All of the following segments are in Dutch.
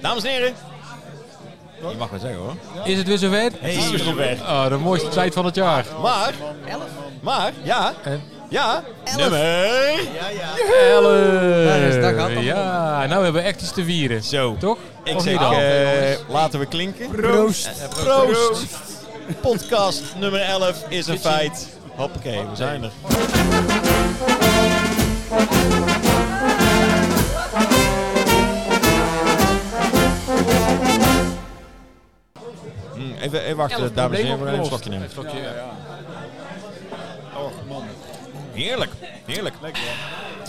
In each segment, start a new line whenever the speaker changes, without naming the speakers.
Dames en heren. Je mag wel zeggen hoor.
Is het weer zover?
Het is weer zover.
Oh, de mooiste tijd van het jaar.
Maar, maar, ja,
En
ja. Nummer.
Ellen!
daar gaat het om.
Ja, nou hebben we echt iets te vieren.
Zo.
Toch?
Ik
Of
zeg,
niet dan?
eh, laten we klinken.
Proost.
Eh, Proost. Podcast nummer 11 is een feit. Hoppakee, we zijn er. Hmm, Even, even wachten, dames en heren, we gaan even een slokje nemen. Heerlijk, heerlijk. Lekker,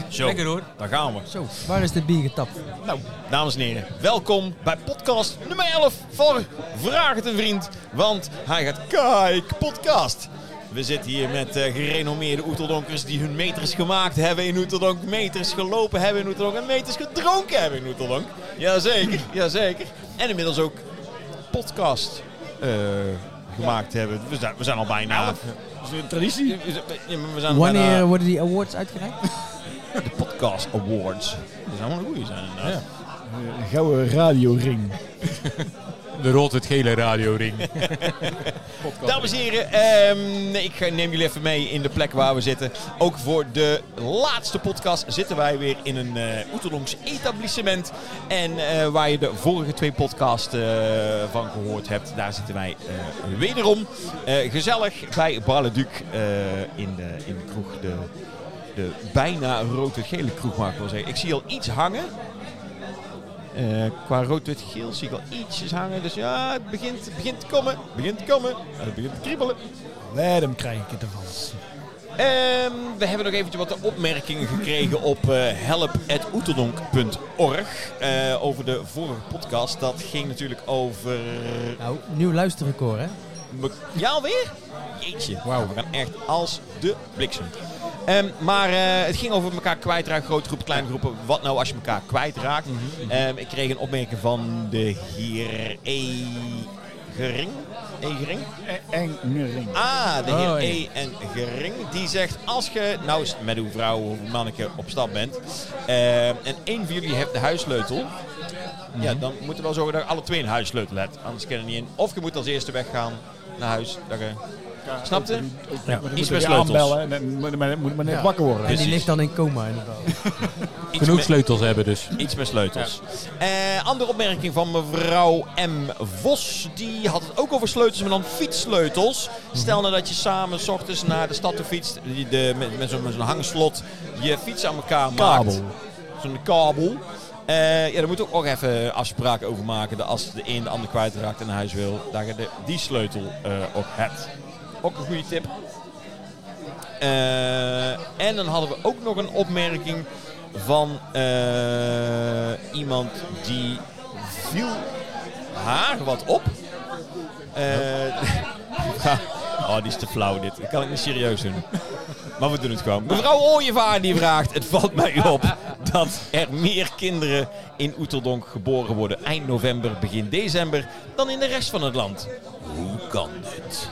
Zo,
Lekker, hoor.
daar gaan we.
Zo, waar is de bier getapt?
Nou, dames en heren, welkom bij podcast nummer 11 van Vraag het een Vriend, want hij gaat kijk podcast. We zitten hier met eh, gerenommeerde Oeterdonkers die hun meters gemaakt hebben in Oeterdonk, meters gelopen hebben in Oeterdonk en meters gedronken hebben in Oeterdonk. Jazeker, jazeker. En inmiddels ook podcast eh, gemaakt hebben. We zijn, we zijn al bijna... Dat is een traditie. eh, we zijn al bijna-
Wanneer worden die awards uitgereikt?
de podcast awards. Dat zou wel een goeie zijn inderdaad.
Een gouden radioring.
De rood-wit-gele radioring.
Dames en heren, ehm, ik ga- neem jullie even mee in de plek waar we zitten. Ook voor de laatste podcast zitten wij weer in een eh Oeterlongs etablissement. En eh, waar je de vorige twee podcasts eh, van gehoord hebt, daar zitten wij eh, wederom eh, gezellig bij Barleduc eh, in, de, in de kroeg. De, de bijna rood-gele kroeg, mag ik wel zeggen. Ik zie al iets hangen. Eh, qua rood-wit-geel zie ik al ietsjes hangen. Dus ja, het begint, het begint te komen. Het begint te komen. En het begint te kriebelen.
Let hem krijg ik het ervan.
Ehm, we hebben nog eventjes wat opmerkingen gekregen op eh help.oeterdonk.org. eh, over de vorige podcast. Dat ging natuurlijk over...
Nou, nieuw luisterrecord hè?
me- Ja, alweer? Jeetje. Wauw, we gaan echt als de bliksem. Ehm, maar eh, het ging over elkaar kwijtraken, grote groepen, kleine groepen. Wat nou als je elkaar kwijtraakt? Ehm, ik kreeg een opmerking van de heer Egering. Egering?
Engering.
Ah, de heer
Oh, ja.
E. en Gering. Die zegt, als je nou eens met uw vrouw of uw manneke op stap bent... eh, en één van jullie heeft de huissleutel... Ja, dan moeten we wel zorgen dat je alle twee een huissleutel hebt. Anders kan je niet in. Of je moet als eerste weggaan naar huis. Dat je... Snap je?
Ja, maar dan
Iets
moet
met
je
sleutels.
aanbellen en dan moet- maar- moet maar net wakker worden.
En die
Precies.
ligt dan in coma in ieder geval.
Iets
Genoeg
met,
sleutels hebben dus.
iets met sleutels. Eh, andere opmerking van mevrouw M. Vos. Die had het ook over sleutels, maar dan fietssleutels. Stel nou dat je samen s ochtends naar de stad toe fietst. die- De, met met zo'n met zo'n hangslot je fiets aan elkaar maakt.
Kabel.
Zo'n kabel. Eh, ja, daar moet ook nog even afspraken over maken. Dat als de een de ander kwijtraakt en naar huis wil, dat je de, die sleutel eh, op hebt. Ook een goede tip. Eh, en dan hadden we ook nog een opmerking van eh, iemand die viel haar wat op. Eh, oh, die is te flauw dit. Dat kan ik niet serieus doen. Maar we doen het gewoon. Mevrouw Ooyevaar die vraagt, het valt mij op dat er meer kinderen in Oeterdonk geboren worden eind november, begin december dan in de rest van het land. Hoe kan dit?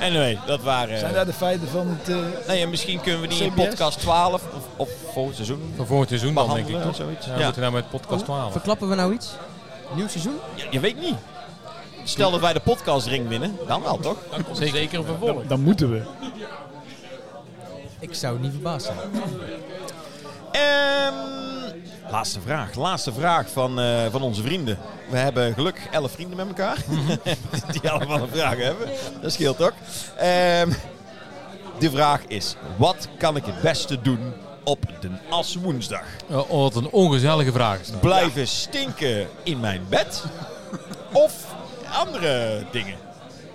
Anyway, dat waren...
Zijn daar de feiten van het... eh,
Nou ja, misschien kunnen we die in
CBS?
podcast 12 of, of volgend seizoen
Van voor het seizoen dan, denk ik.
behandelen of
Toch?
zoiets. Ja, Oh.
Ja, we moeten nou met podcast 12.
Verklappen we nou iets? Nieuw seizoen?
Je, je weet niet. Stel dat wij de podcastring winnen, dan wel toch?
Zeker, een vervolg.
dan, dan moeten we.
Ik zou niet verbaasd zijn.
Ehm, laatste vraag. Laatste vraag van, eh, van onze vrienden. We hebben gelukkig elf vrienden met elkaar. die allemaal een vraag hebben. Dat scheelt ook. Ehm, de vraag is, wat kan ik het beste doen op de aswoensdag?
Oh, wat een ongezellige vraag is dat.
Blijven stinken in mijn bed? of andere dingen?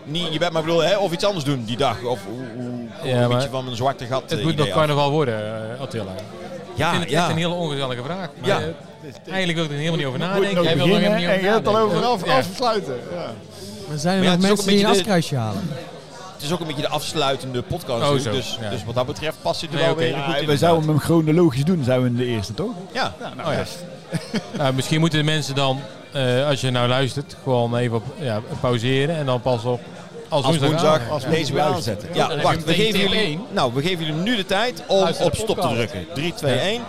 Niet je bed, maar ik bedoel, hè, of iets anders doen die dag. Of hoe- hoe- hoe
Ja,
een
maar
beetje van mijn zwarte gat
Het
eh,
moet nog
idee af.
carnaval worden, eh, Attila. Ik vind
Ja,
het echt
ja.
een hele ongezellige vraag. Maar
Ja.
eh, Eigenlijk wil ik er helemaal niet over
Moet je
nadenken.
nog
Jij wil er
beginnen
helemaal niet
en je hebt het al
nadenken.
over af,
Ja.
afsluiten. Ja.
Maar zijn er
Maar ja, het is
nog mensen
ook een
die een
beetje de-
afkruisje halen?
Het is ook een beetje de afsluitende podcast.
Oh,
natuurlijk,
zo,
dus,
ja.
dus wat dat betreft past hij er
Nee,
wel
oké,
weer
dat
goed
Ja,
in.
we zouden hem chronologisch doen, zijn we in de eerste, toch?
Ja.
nou,
Oh ja.
best.
Nou, misschien moeten de mensen dan, eh, als je nou luistert, gewoon even op, ja, pauzeren en dan pas op als,
Als woensdag
aan.
als
ja.
deze weer aanzetten. Ja,
Dan heb
wacht.
je
We
meteen
geven,
tip
jullie,
één.
nou, we geven jullie nu de tijd om
Luister de
op stop te
podcast.
drukken. 3, 2,
Ja.
1.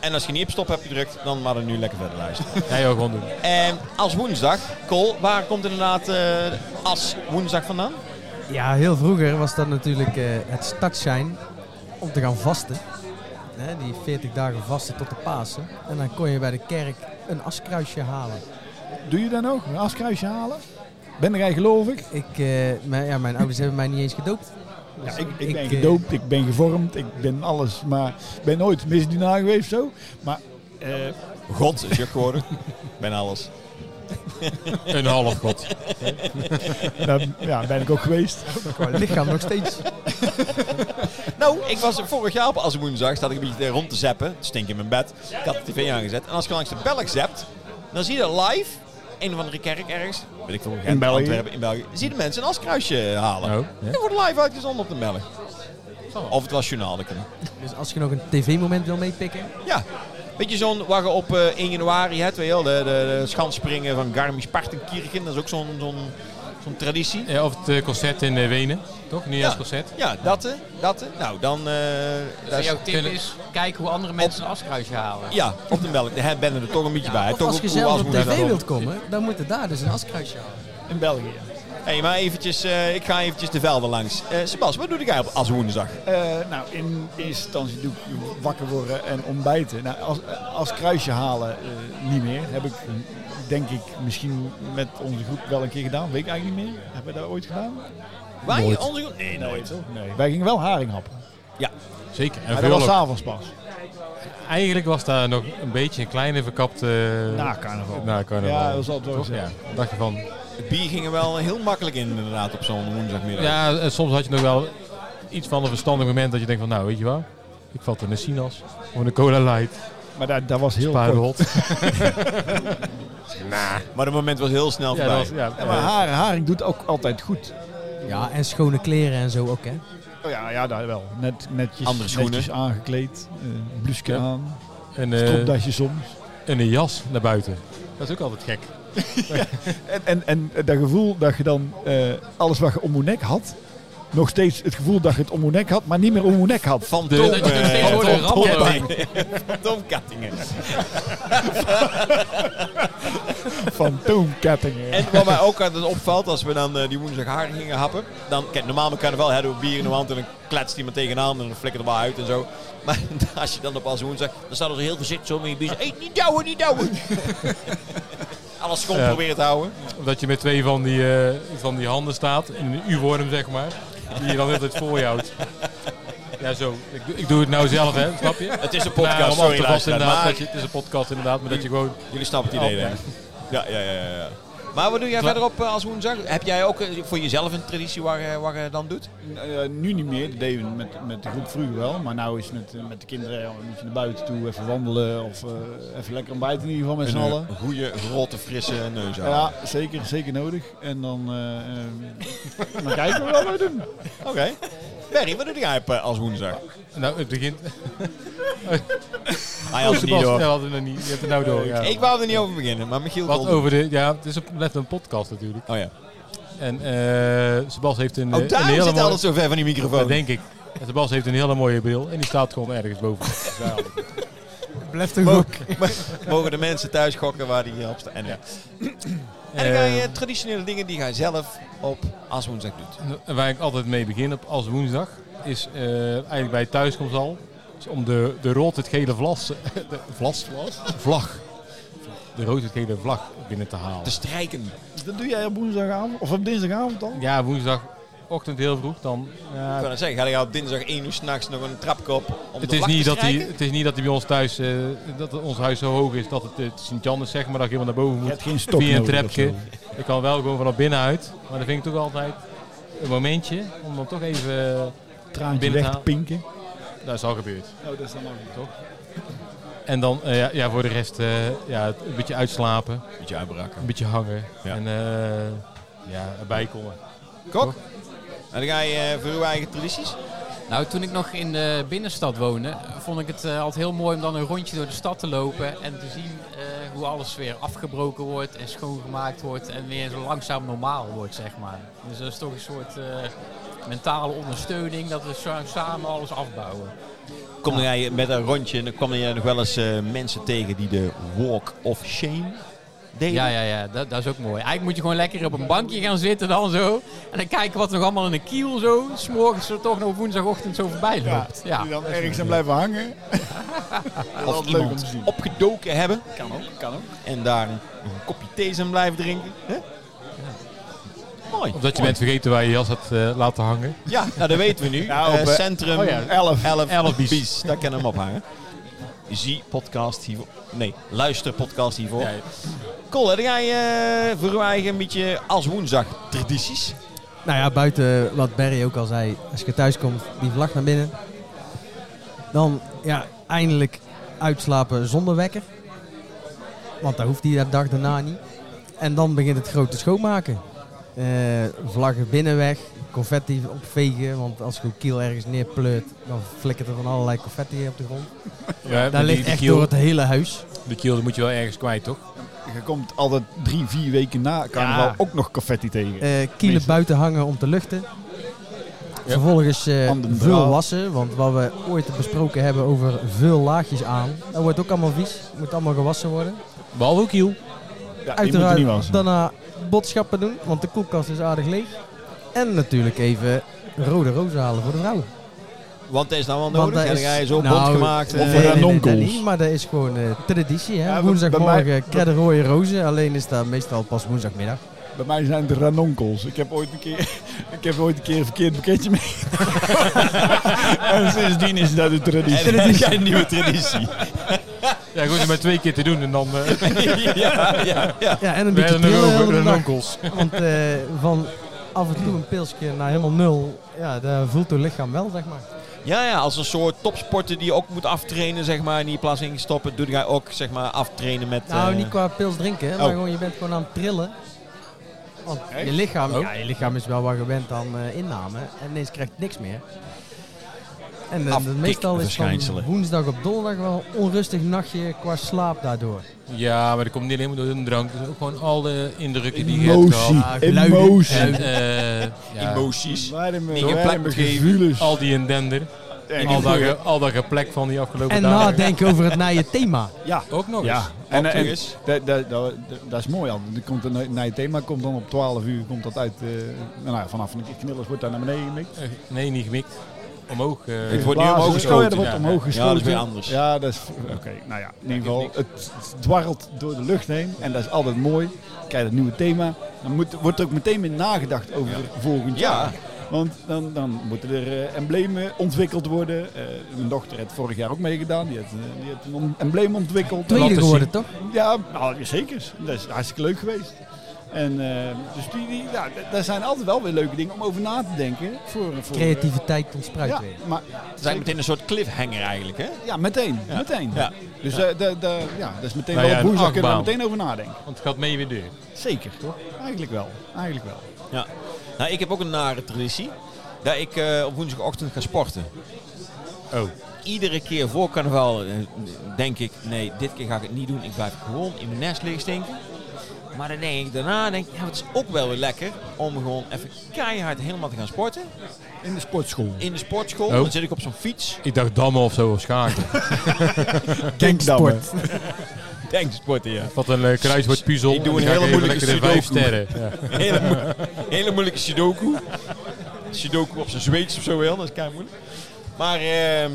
En als je niet op stop hebt gedrukt, dan maar dan nu lekker verder luisteren.
Ja, joh, gewoon doen.
en Ehm, als woensdag, Col, waar komt inderdaad eh, als woensdag vandaan?
Ja, heel vroeger was dat natuurlijk eh, het startsein om te gaan vasten. Hè, die 40 dagen vasten tot de Pasen. En dan kon je bij de kerk een askruisje halen.
Doe je dat nog? Een askruisje halen? Ben jij gelovig?
Ik, eh, mijn, ja, mijn ouders hebben mij niet eens gedoopt. Dus
ik, ik ben
eh,
gedoopt, ik ben gevormd, ik ben alles, maar ik ben nooit misdienaar geweest zo. Maar eh,
God is je geworden. ben alles.
Een half god.
dat- ja, ben ik ook geweest.
Qua lichaam nog steeds.
Nou, ik was vorig jaar op Als Woensdag, zat ik een beetje eh, rond te zappen. Stink in mijn bed. Ik had de tv aangezet. En als je langs de Belg zapt, dan zie je live, een of andere kerk ergens, weet ik veel, Gent,
In België.
Antwerpen, in België, Nou. zie je de mensen een askruisje halen.
Oh, ja.
Dat wordt live uitgezonden op de Belg.
Zal wel.
Of het was journaal, dat kan.
Dus als je nog een tv-moment wil meepikken.
Ja. Weet je zo'n waar je op eh, 1 januari hebt, weet je wel, de, de, de schansspringen van Garmisch-Partenkirchen. Dat is ook zo'n zo'n zo'n traditie.
Ja, of het eh, concert in eh, Wenen, toch? Niet als concert.
Ja, dat, eh, dat. eh. Nou, dan... eh, daar
Dus
is-
jouw tip
kunnen-
is, kijk hoe andere mensen een askruisje halen.
ja, op de melk. Daar ben je er toch een beetje bij.
of
toch
als
ook
je
hoe
zelf op
Asmoes dat
tv
doet.
wilt komen, dan moet je daar dus een askruisje halen.
In België.
Hé, hey, maar eventjes, eh, ik ga eventjes de velden langs. Eh Sebas, wat doe jij op als woensdag?
Eh, nou, in eerste instantie doe ik wakker worden en ontbijten. Nou, als, als kruisje halen eh, niet meer. Heb ik denk ik misschien met onze groep wel een keer gedaan. Weet ik eigenlijk niet meer. Hebben we dat ooit gedaan?
Waar
Nooit.
je onze... Nee, nooit.
Nee. Wij gingen wel haring happen.
Zeker. En
Maar dat was
veel ook.
s'avonds pas.
Eigenlijk was daar nog een beetje een kleine verkapte... eh,
Na carnaval.
na carnaval.
Ja, dat zal het wel
Toch?
zijn.
Ja, Dan dacht je van...
Het bier ging er wel heel makkelijk in inderdaad op zo'n woensdagmiddag.
Ja, en soms had je nog wel iets van een verstandig moment dat je denkt van... Nou, weet je wel? Ik vat in een Sinas of een Cola Light,
Maar dat, dat was heel kort.
Spaarhot.
Maar het moment was heel snel
Ja,
voorbij.
dat was- ja,
Ja, maar haar, haring doet ook altijd goed.
Ja, en schone kleren en zo ook, hè.
Oh ja, ja dat wel. Net, netjes,
Andere schoenen.
netjes aangekleed. eh blouseje
Ja.
aan.
en, eh,
Stropdasje soms.
en een jas naar buiten. Dat is ook altijd gek.
En, en, en dat gevoel dat je dan eh, alles wat je om je nek had, nog steeds het gevoel dat je het om je nek had, maar niet meer om je nek had.
Van
De-
Tom,
dat je nog
eh,
steeds
van
hoort te
Tom
rammelen.
Kattingen. Van Tom Kattingen.
Fantoomkettingen.
En wat mij ook altijd opvalt, als we dan eh, die woensdag haring gingen happen. Dan, kijk, normaal met carnaval hebben we bier in de hand en dan kletst iemand tegenaan en dan flikkert er wel uit en zo. Maar als je dan op als woensdag, dan staan ze heel voorzichtig zo met je bier. Hey, niet douwen, niet douwen. Alles schoon
Ja.
proberen te houden.
Omdat je met twee van die, eh, van die handen staat, in een U-worm zeg maar, die je dan altijd voor je houdt. Ja, zo. Ik, doe- ik doe het nou zelf, hè, snap je?
Het is een
Nou, om
podcast,
af te
sorry
vasten
luisteraar,
inderdaad,
maar
dat je, het is een podcast inderdaad, maar dat je gewoon...
Jullie snappen het idee,
Oh,
hè? Ja, ja, ja, ja. ja. Maar wat doe jij
Kla-
verder op eh, als woensdag? Heb jij ook eh, voor jezelf een traditie waar, je- waar je dan doet?
Eh, nu niet meer, dat deden we met, met de groep vroeger wel, maar nu is het met, eh, met de kinderen ja, een beetje naar buiten toe, even wandelen of eh, even lekker ontbijten in ieder geval met z'n allen.
goede, rotte, frisse neus aan.
Ja, zeker, zeker nodig. En dan, eh, eh, dan kijken we wat we doen.
Oké. Berry, wat doe jij op eh, als woensdag?
Nou, het begint...
Hij had het niet
Sebastian,
door.
had het nog niet. Je hebt het nou door, ja.
Ik wou er niet over beginnen, maar Michiel
Wat
kon-
over de... Ja, het is op- net een podcast natuurlijk.
Oh ja.
En eh Sebas heeft een,
Oh,
een
daar
hele
zit
mooie...
alles zo ver van die
Dat
microfoon.
denk ik. En Sebas heeft een hele mooie bril en die staat gewoon ergens boven.
Blijft
Oh.
toch ook.
Mogen de mensen thuis gokken waar die op staan. En, ja. en dan ga je eh, traditionele dingen die ga je zelf op als woensdag doet.
En Eh, Waar ik altijd mee begin op als woensdag is eh, eigenlijk bij thuiskomst al is om de, de rood het gele vlas, de vlas, vlag, de rood het gele vlag binnen te halen.
Te strijken.
Dat doe jij op woensdagavond of op dinsdagavond dan?
ja, woensdagochtend heel vroeg dan.
Ik
ja,
kan het zeggen, ga je op dinsdag 1 uur s'nachts nog een trapkop om
het,
de
is
vlag
niet
te
dat die,
strijken?
het is niet dat die bij ons thuis, eh, dat het- ons huis zo hoog is dat het, het Sint-Jan is zeg maar dat je helemaal naar boven
Je
moet.
hebt geen stok
Via een
nodig of
trapje.
zo.
Ik kan wel gewoon vanaf binnenuit, maar dat vind ik toch altijd een momentje om dan toch even, eh,
Traantje
Binnen te
weg te
halen.
pinken.
dat is al gebeurd.
Oh, dat is dan ook toch?
En dan eh, ja, ja, voor de rest eh, ja, het- een beetje uitslapen,
Beetje uitbraken.
een beetje hangen
Ja.
en eh, ja, erbij komen.
Kok? En dan ga je eh, voor uw eigen tradities?
Nou, toen ik nog in de binnenstad woonde, eh, vond ik het eh, altijd heel mooi om dan een rondje door de stad te lopen en te zien eh, hoe alles weer afgebroken wordt en schoongemaakt wordt en weer zo langzaam normaal wordt, zeg maar. Dus dat is toch een soort eh, mentale ondersteuning dat we zo- samen alles afbouwen.
kom jij met een rondje en dan kwam je nog wel eens eh, mensen tegen die de Walk of Shame deden.
Ja, ja, ja dat, dat is ook mooi. Eigenlijk moet je gewoon lekker op een bankje gaan zitten dan zo. En dan kijken wat nog allemaal in de kiel zo. S'morgens er toch nog woensdagochtend zo voorbij loopt. Ja,
Die dan ergens aan blijven hangen.
Of
Altijd leuk om
iemand
te zien.
opgedoken hebben
Kan ook, kan ook.
en daar een een kopje thee zijn blijven drinken. hè? Mooi.
Omdat je bent vergeten waar je jas had eh, laten hangen.
Ja, nou, dat weten we nu.
Ja, op,
Eh,
eh,
Centrum
oh ja, 11.
11,
11
bies.
bies.
Daar kan hem ophangen. Zie podcast hiervoor. Nee, luister podcast hiervoor.
Ja, ja.
Cool, heb jij eh, voor uw eigen een beetje als woensdag tradities?
Nou ja, buiten wat Barry ook al zei, als je thuis komt, die vlag naar binnen. Dan ja, eindelijk uitslapen zonder wekker. Want daar hoeft hij de dag daarna niet. En dan begint het grote schoonmaken. Eh, vlaggen binnenweg, confetti opvegen. Want als je een kiel ergens neerpleurt, dan flikkert er van allerlei confetti op de grond.
Ja,
Daar
die-
ligt
die
echt
kiel-
door het hele huis.
Die kiel die moet je wel ergens kwijt, toch?
Je komt altijd drie, vier weken na carnaval
Ja.
ook nog confetti tegen.
eh kielen
Meestal.
buiten hangen om te luchten. Vervolgens eh,
Handen
veel
braaf.
wassen, want wat we ooit besproken hebben over veel laagjes aan, dat wordt ook allemaal vies. Moet allemaal gewassen worden.
Behalve ook kiel.
ja, die moet er niet
Uiteraard
wassen.
daarna boodschappen doen, want de koelkast is aardig leeg. En natuurlijk even rode rozen halen voor de vrouwen.
Oh,
Want dat is nou wel
Want
nodig.
dat
En
is-
jij is ook
nou,
bond gemaakt.
of
eh,
voor
Nee, nee, nee,
anonkels.
dat niet, maar dat is gewoon eh, traditie. Hè?
Ja, bij- bij mij-
Woensdagmorgen kredden rode rozen, alleen is dat meestal pas woensdagmiddag.
Bij mij zijn het ranonkels. Ik heb ooit een keer, ik heb ooit een, keer een verkeerd pakketje mee. en sindsdien is dat de traditie.
en dat is een nieuwe traditie.
Ja, goed, maar twee keer te doen en dan... eh
ja, ja, ja.
Ja, en een beetje
werden er
trillen
over
heel de
de
dag.
nonkels.
Want eh, van af en toe een pilsje naar helemaal nul, ja, dat voelt uw lichaam wel, zeg maar.
Ja, ja, als een soort topsporter die ook moet aftrainen, zeg maar, en die plaats ingestoppen, doe jij ook, zeg maar, aftrainen met...
Nou,
eh,
niet qua pils drinken, maar
oh.
gewoon je bent gewoon aan het trillen. Want je lichaam, ja, je lichaam is wel wat gewend aan eh, inname en ineens krijgt het niks meer. En eh,
Afkikken,
meestal is van
verschijnselen.
woensdag op donderdag wel een onrustig nachtje qua slaap daardoor.
Ja, maar dat komt niet alleen maar door de drank. Dus ook gewoon alle indrukken die ah, je hebt
Emotie.
gehad.
Ja, geluiden.
Emotie.
En eh, ja,
Emoties.
Waarom
Die geen plek
waarom
geven.
gevoelens?
al die indender.
En-
Al dat, ge- al dat geplek van die afgelopen
En
dagen.
nadenken over het je thema.
Ja.
Ook nog
Ja,
eens.
en,
Wat er
en
is.
dat, dat, dat, dat is mooi al. Dan Komt er, na- na je thema komt dan op 12 uur komt dat uit. eh, nou ja, vanaf een knillers wordt daar naar beneden gemikt.
Eh, Nee, niet gemikt. Omhoog. eh,
Het wordt nu
Blazen.
omhoog
Oh ja,
geschoten.
dat wordt
ja.
omhoog
Ja,
geschoten.
dat is weer anders.
Ja, dat is... Oké, nou ja. In ieder geval, het dwarrelt door de lucht heen. En dat is altijd mooi. Dan krijg je het nieuwe thema. Dan moet, wordt er ook meteen weer nagedacht over volgend
Ja.
jaar. Want dan, dan moeten er eh, emblemen ontwikkeld worden. Eh, mijn dochter heeft vorig jaar ook meegedaan. Die heeft, eh, die heeft een on- embleem ontwikkeld.
Tweede
zien.
geworden, toch?
Ja, nou, zeker. Dat is hartstikke leuk geweest. En eh, dus die, die, ja, d- daar zijn altijd wel weer leuke dingen om over na te denken. Voor, voor,
Creativiteit ontspruit
Ja,
weer.
maar
Het is eigenlijk meteen een soort cliffhanger eigenlijk, hè?
ja, meteen. meteen.
Ja.
Dus eh, de- de- ja, dat is meteen
Nou
wel
ja,
een boer,
een
daar kunnen
achtbaan.
we meteen over nadenken.
Want het gaat mee weer deur.
Zeker, toch? Eigenlijk wel. Eigenlijk wel.
Ja. Nou, ik heb ook een nare traditie. Dat ik eh, op woensdagochtend ga sporten.
Oh.
Iedere keer voor carnaval eh, denk ik, nee, dit keer ga ik het niet doen. Ik blijf gewoon in mijn nest liggen stinken. Maar dan denk ik daarna, denk ik, ja, het is ook wel weer lekker om gewoon even keihard helemaal te gaan sporten.
In de sportschool.
In de sportschool,
Oh.
dan zit ik op zo'n fiets.
Ik dacht dammen of zo, of schaken.
Denkdammen.
Denk sporten, ja.
Wat een uh, kruiswoordpuzzel.
Ik doe
En
een
dan ga
hele
even
moeilijke
lekker de vijf
sudoku.
sterren. Ja.
Hele, mo- hele moeilijke Sudoku. Sudoku op zijn Zweeds of zo wel, dat is kei moeilijk. Maar, ehm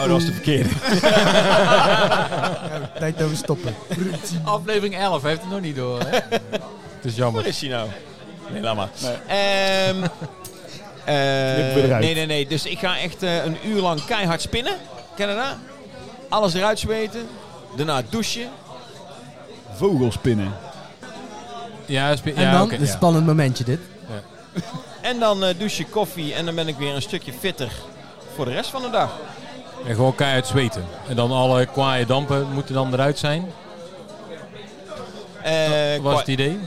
Oh, dat was de verkeerde.
Ja, tijd over stoppen.
Aflevering 11 heeft het nog niet door. Hè?
Het is
Waar
jammer.
is hij nou? Nee, laat maar.
Nee.
Ehm, eh,
Knip weer eruit.
nee, nee, nee. Dus ik ga echt eh, een uur lang keihard spinnen. Canada. Alles eruit zweten. Daarna douchen.
eh, Vogelspinnen.
Ja, spe-
En
ja,
dan,
oké,
een
ja.
spannend momentje dit.
En dan eh douchen, koffie. En dan ben ik weer een stukje fitter voor de rest van de dag.
En gewoon keihard zweten. En dan alle kwaaie dampen moeten dan eruit zijn.
Eh,
was
qua-
het idee.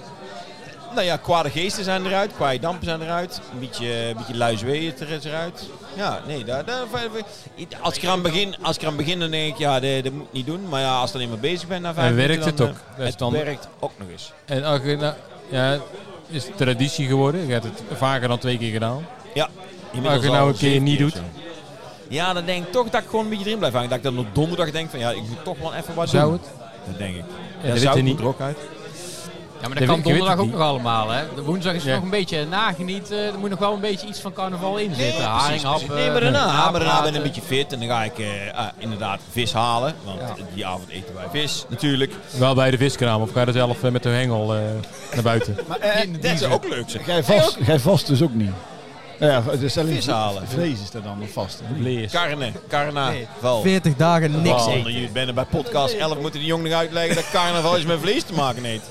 Nou ja, kwade geesten zijn eruit, kwaaie dampen zijn eruit, een beetje, een beetje luizweeën er is eruit. Ja, nee, daar, daar, als, ik eraan begin, als ik eraan begin, dan denk ik, ja, dat, dat moet ik niet doen. Maar ja, als ik dan eenmaal bezig ben na vijf
En werkt
minuten, dan,
het ook?
eh,
Dat is
het
dan-
werkt ook nog eens.
En als je nou, ja, is het traditie geworden. Je hebt het vaker dan twee keer gedaan.
Ja.
Als je nou een keer niet doet.
Ja, dan denk ik toch dat ik gewoon een beetje erin blijf hangen. Dat ik dan op donderdag denk van ja, ik moet toch wel even wat
Zou
doen.
het?
Dat denk ik.
Ja,
dat
dat
zou
weet je
niet
niet.
er ook uit.
Ja, maar
weet-
dat kan
ik weet
donderdag
het
ook
niet.
nog allemaal, hè. De woensdag is
Ja.
nog een beetje nagenieten. Er moet nog wel een beetje iets van carnaval in zitten.
precies,
Haring,
precies.
happen,
Nee, maar
eh,
daarna,
napraten.
maar daarna ben ik een beetje fit en dan ga ik eh, ah, inderdaad vis halen. Want die avond eten wij vis natuurlijk.
Wel bij de viskraam of ga je er zelf eh, met de hengel eh, naar buiten?
Maar, eh,
In de
Dat is
dieven.
ook leuk zeg.
Ga je vast, ga je vast dus ook niet. Nou ja, het is alleen
Vis halen.
Vlees is er dan wel vast. hè?
Lees.
Karne, karna,
Nee.
val.
40 Oh. dagen niks
Niks
eten.
Jullie bent bij podcast 11 moeten die jongen nog uitleggen dat carnaval is met vlees te maken heeft.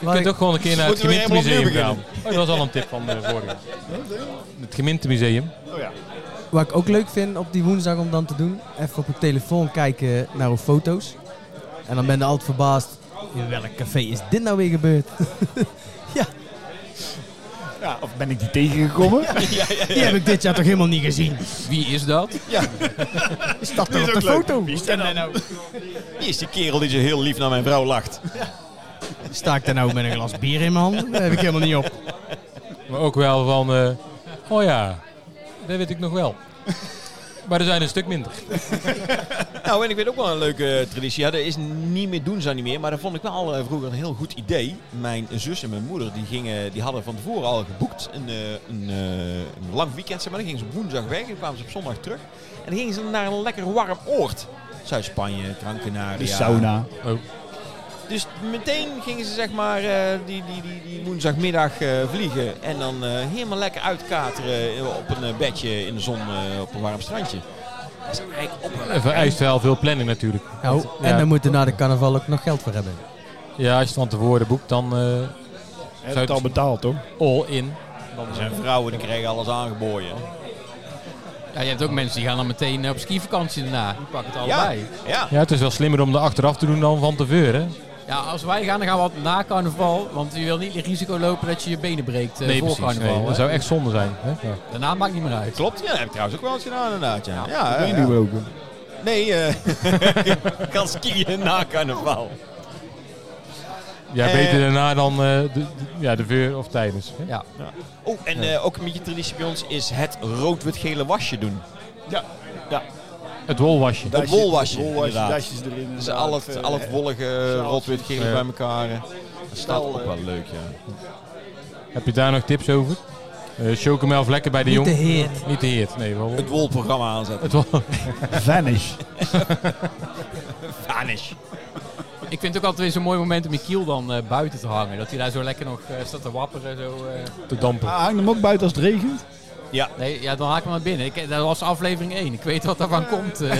Je kunt ook gewoon een keer naar het
Moeten we weer helemaal
gemeentemuseum gaan.
opnieuw
Oh, dat was al een tip van de vorige. Het gemeentemuseum.
Oh ja.
Wat ik ook leuk vind op die woensdag om dan te doen, even op je telefoon kijken naar uw foto's. En dan ben je altijd verbaasd, in welk café is dit nou weer gebeurd?
ja, of ben ik die tegengekomen?
Die heb ik dit jaar toch helemaal niet gezien?
Wie is dat?
Is dat toch op de foto?
Wie is die kerel die zo heel lief naar mijn vrouw lacht?
Sta ik daar nou met een glas bier in mijn hand? Dat heb ik helemaal niet op.
Maar ook wel van, eh, oh ja, dat weet ik nog wel. Maar er zijn een stuk minder.
Nou, en ik weet ook wel een leuke eh, traditie. Ja, dat is niet meer doen ze niet meer. Maar dat vond ik wel eh, vroeger een heel goed idee. Mijn zus en mijn moeder die gingen, die hadden van tevoren al geboekt een, eh, een, eh, een lang weekend. Zeg maar. Dan gingen ze op woensdag weg en dan kwamen ze op zondag terug. En dan gingen ze naar een lekker warm oord. Zuid-Spanje, Gran Canaria.
De sauna.
Dus meteen gingen ze zeg maar eh, die, die, die, die woensdagmiddag eh, vliegen. En dan eh, helemaal lekker uitkateren eh, op een eh, bedje in de zon eh, op een warm strandje. Dat is eigenlijk ook wel leuk.
Eh, Vereist wel veel planning natuurlijk.
Nou,
Want,
en
ja,
dan moeten we na de carnaval ook nog geld voor hebben.
ja, als je het van tevoren boekt, dan eh,
Heb je het al betaald, toch?
all in. Dan,
Er
eh,
zijn vrouwen die krijgen alles aangeboden.
Ja, je hebt ook mensen die gaan dan meteen eh, op skivakantie daarna. Die pakken het
Ja,
allebei.
ja.
ja, het is wel slimmer om er achteraf te doen dan van tevoren. hè?
Ja. als wij gaan, dan gaan we wat na carnaval. Want je wil niet het risico lopen dat je je benen breekt eh,
Nee,
voor
precies.
carnaval.
Nee,
hè.
dat zou echt zonde zijn. Hè? Ja.
Daarna maakt niet meer uit.
Klopt, ja, dat heb ik trouwens ook wel eens gedaan inderdaad. Ja. Ja,
Dat
eh,
doen jullie ook.
Nee, eh, kan skiën na carnaval.
Ja,
Eh,
beter daarna dan eh, de, de- ja, de veur of tijdens. hè?
Ja.
Oh, en eh, ook een beetje traditie bij ons is het rood-wit-gele wasje doen.
Het wolwasje.
Dat wolwasje, inderdaad.
Dasjes erin. Eh,
Dus al het, al het wollige eh, rood-wit-gele
Ja.
bij elkaar. eh. Dat staat ook wel leuk, ja.
Heb je daar nog tips over? Eh Chocomel vlekken bij de
Niet
jong.
te heet.
Niet de heert, nee. Wel.
Het wolprogramma aanzetten.
Het wol-
Vanish.
Vanish.
Ik vind het ook altijd weer zo'n mooi moment om je kiel dan eh, buiten te hangen. Dat hij daar zo lekker nog eh, staat te wapperen. Zo, eh.
te dampen.
Ah, hang hem ook buiten als het regent.
Nee, ja, dan haak ik hem maar binnen. Ik, dat was aflevering 1. Ik weet wat daarvan komt. eh.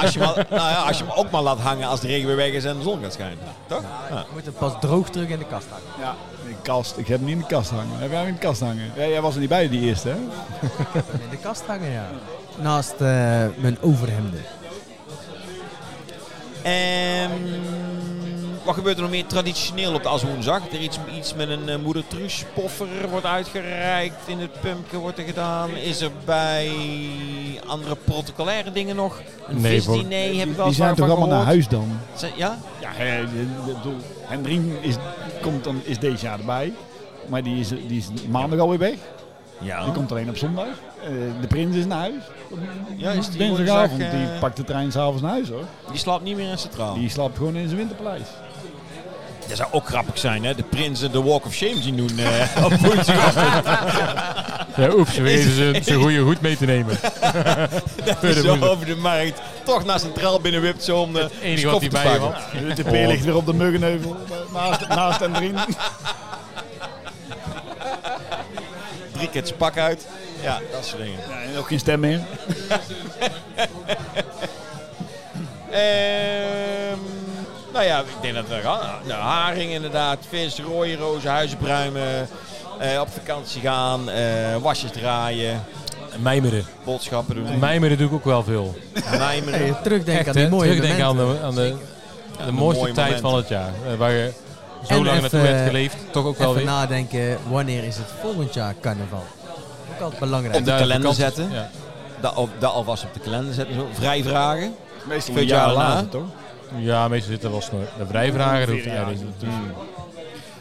Als je, maar, nou ja, als je hem ook maar laat hangen als de regen weer weg is en de zon gaat schijnen. Toch? Ja.
We moeten pas droog terug in de kast houden.
Ja. In de kast. Ik heb hem niet in de kast hangen. Heb jij hem in de kast hangen? Ja, jij was er niet bij die eerste, hè?
In de kast hangen, ja. Naast eh, mijn overhemden.
Ehm, wat gebeurt er nog meer traditioneel op de Aswoensdag? Er iets, iets met een eh, moeder Truus poffer wordt uitgereikt. In het pumpje wordt er gedaan. Is er bij andere protocolaire dingen nog? Een
Nee, voor-
visdiner heb ik wel
Die
eens
zijn toch
waarvan
allemaal naar
gehoord.
huis dan?
Zijn- Ja?
Ja, hè, ik bedoel, Hendrien is, komt dan, is deze jaar erbij. Maar die is, die is maandag alweer weg. Die
Ja.
komt alleen op zondag. Eh, de prins is naar huis.
Ja, is die
Dinsdagavond.
woensdag, eh,
Die pakt de trein s'avonds naar huis hoor.
Die slaapt niet meer in Centraal.
Die slaapt gewoon in zijn winterpaleis.
Dat zou ook grappig zijn, hè? De prinsen de Walk of Shame zien doen eh, op woensdag.
Ja, oeps, we weten ze zijn goede goed mee te nemen. Verder
zo
moet het.
over de markt. Toch naar Centraal binnenwipt zo om eh, de
enige
stof
wat hij
te
bij je
pakken.
had.
De peer ligt weer op de muggenheuvel. eh, Naast, naast Hendrien.
Drie keer het pak uit. Ja, dat soort dingen.
Ja, en ook geen stem meer.
Ehm, nou ja, ik denk dat we gaan. Nou, haring inderdaad, vis, rode rozen, huizenbruimen. eh, op vakantie gaan, eh, wasjes draaien,
Mijmeren.
boodschappen doen.
Mijmeren doe ik ook wel veel.
Mijmeren.
Hey, terugdenken aan
hè?
die mooie
Terugdenken aan
momenten.
de, aan de, de, mooiste
mooie
tijd
momenten.
van het jaar. Eh, Waar je zo
En
lang
even- eh,
naartoe hebt geleefd, toch ook wel
Even
weer.
nadenken, wanneer is het volgend jaar carnaval? Ook altijd
Op
belangrijk.
de
Daar
kalender
vakantie-
zetten.
Ja.
Dat, al- dat alvast op de kalender zetten. Zo. Vrij vragen.
Meestal
een jaar later,
toch?
ja, meestal zitten er wel snor. De vrijvragen dat hoeft eigenlijk niet.
Mm.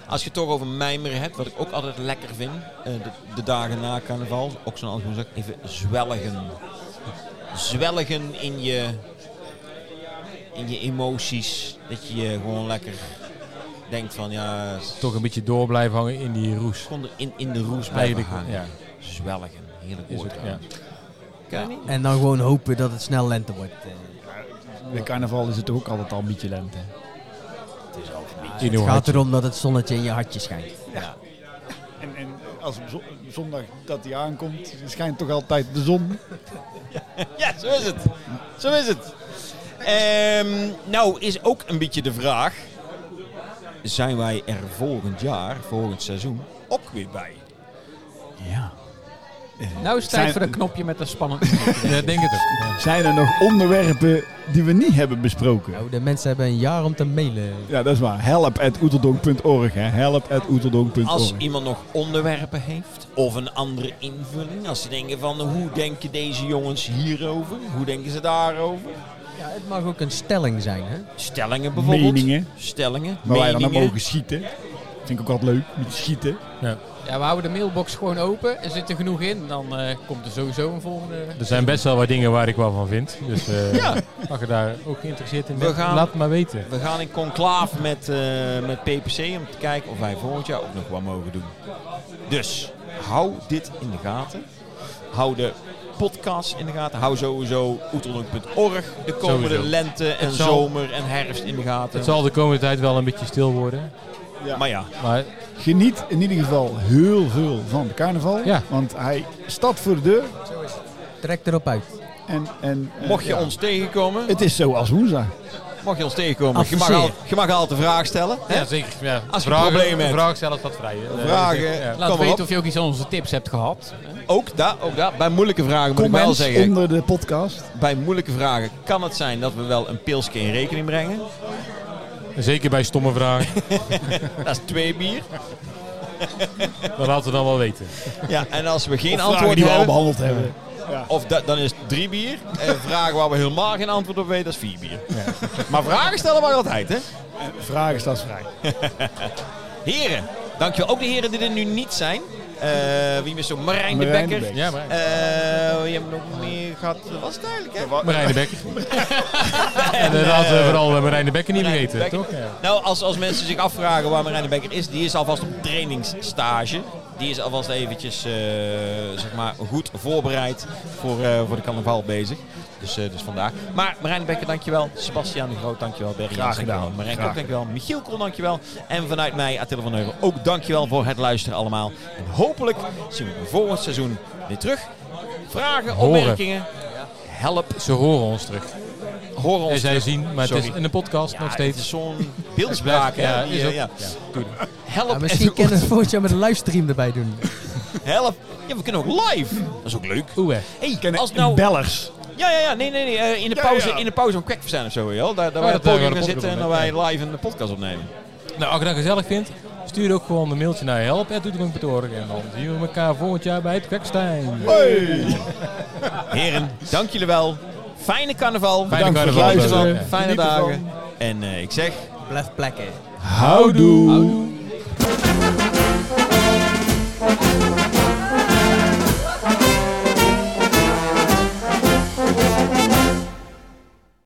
Als je het toch over mijmeren hebt, wat ik ook altijd lekker vind. eh, de, de dagen na carnaval. Ook zo'n antwoord. Even zwelgen. zwelgen in je, in je emoties. Dat je je gewoon lekker denkt van ja,
Toch een beetje door blijven hangen in die roes.
kon er in, in de roes blijven
Eigenlijk,
hangen.
ja.
Zwelgen, heerlijk
Is
woord.
het, ja.
trouwens. Ken je niet?
En dan gewoon hopen dat het snel lente wordt. eh.
Bij carnaval is het toch ook altijd al een beetje lente.
In
het
uw
gaat
hartje.
erom dat het zonnetje in je hartje schijnt.
En, en als op zo- zondag dat die aankomt, schijnt toch altijd de zon.
Ja, zo is het. Zo is het. Ehm, nou is ook een beetje de vraag. Zijn wij er volgend jaar, volgend seizoen, ook weer bij?
Ja.
Nou is het tijd
Zijn-
voor dat knopje met dat spannende knopje.
Ja, denk het ook. Ja.
Zijn er nog onderwerpen die we niet hebben besproken?
Nou, de mensen hebben een jaar om te mailen.
Ja, dat is waar. Help at oeteldonk.org. hè. Help at oeteldonk.org.
Als iemand nog onderwerpen heeft of een andere invulling. Als ze denken van hoe denken deze jongens hierover? Hoe denken ze daarover?
Ja, het mag ook een stelling zijn, hè?
Stellingen bijvoorbeeld.
Meningen.
Stellingen.
Waar wij dan aan
meningen.
mogen schieten. Vind ik ook altijd leuk, met schieten.
Ja, we houden de mailbox gewoon open. Er zit er genoeg in. Dan eh, komt er sowieso een volgende.
Er zijn best wel wat dingen waar ik wel van vind. Dus eh als je daar ook geïnteresseerd in
We
bent,
gaan-
laat het maar weten.
We gaan in conclave met, eh, met PPC om te kijken of wij volgend jaar ook nog wat mogen doen. Dus hou dit in de gaten. Hou de podcast in de gaten. Hou sowieso oeteldonk.org de komende
Sowieso.
lente en
Het zal-
zomer en herfst in de gaten.
Het zal de komende tijd wel een beetje stil worden.
Maar ja,
Maar
Geniet in ieder geval heel veel van de carnaval.
Ja.
Want hij staat voor de deur.
Trek erop uit.
En, en, eh,
mocht je
ja.
ons tegenkomen,
Het is zo als woensdag.
mocht je ons
Ah,
tegenkomen, je mag, al,
Adviseer.
je mag altijd een vraag stellen. hè?
ja, zeker. Ja.
Als je
vragen,
problemen hebt.
Vraag zelfs wat vrij. Eh,
Vragen.
zeker, ja.
Laat
Kom maar
weten
op.
of je ook iets aan onze tips hebt gehad.
Ook daar, ook daar, bij moeilijke vragen moet ik wel
Comments
zeggen.
onder de podcast.
Bij moeilijke vragen kan het zijn dat we wel een pilsje in rekening brengen.
Zeker bij stomme vragen.
Dat is twee bier.
Dat laten we dan wel weten.
Ja, en als we geen
Of vragen
antwoord
die we al
hebben,
behandeld hebben.
Of da- dan is het drie bier. En vragen waar we helemaal geen antwoord op weten, dat is vier bier. Maar vragen stellen mag altijd, hè?
Vragen staat vrij.
Heren, dankjewel. Ook de heren die er nu niet zijn. Eh, wie mist zo? Marijn, de
Marijn de
Bekker.
Bekker.
Ja, maar.
Eh, wie hebben we nog meer gehad? Dat was het eigenlijk, hè?
Marijn de Bekker. en eh, laten we vooral eh, Marijn de Bekker niet
Marijn de
vergeten, toch?
Bekker.
Ja.
Nou, als, als mensen zich afvragen waar Marijn de Bekker is, die is alvast op trainingsstage. Die is alvast eventjes eh, zeg maar goed voorbereid voor, eh, voor de carnaval bezig. Dus, eh, dus vandaag. Maar Marijn de Bekker, dankjewel. Sebastian de Groot, dankjewel. Berry
Graag
Jansen, dankjewel.
gedaan.
Marijn
Graag
Kok, dankjewel. Michiel Kool, dankjewel. En vanuit mij, Attila van Heuvel, ook dankjewel voor het luisteren allemaal. En hopelijk zien we volgend seizoen weer terug. Vragen,
Horen.
opmerkingen, help,
Ze horen ons terug.
hoor
En
ons
zij
terug.
zien, maar het
Sorry.
is in de podcast
Ja,
nog
Het is
steeds.
zo'n beeldspraak. hè?
Ja,
Die,
is
eh,
ook-
ja.
ja.
Help,
Ja, misschien
en-
kunnen we volgend jaar met een livestream erbij doen.
help. Ja, we kunnen ook live. Dat is ook leuk.
Oeh, hè.
Hey,
Kennen
als nou...
bellers.
Ja, ja, ja. Nee, nee, nee. eh, in, de
Ja, ja,
pauze,
ja.
in de pauze een kwek zijn of zo. Joh. Daar, daar
Ja,
wij op
dat
het
wij
podium
op
gaan
het
zitten en dan
podium
wij
gaan.
live een podcast opnemen.
Nou, als je dat gezellig vindt, stuur ook gewoon een mailtje naar help.doetegang.org. En dan zien we elkaar volgend jaar bij het Kwekstein.
Heren, dank jullie wel. Fijne carnaval.
Fijne
Bedankt voor
carnaval. eh,
het luisteren.
Ja.
Fijne
Geniet ervan.
dagen. En eh, ik zeg...
Blijf plekken.
Houdoe.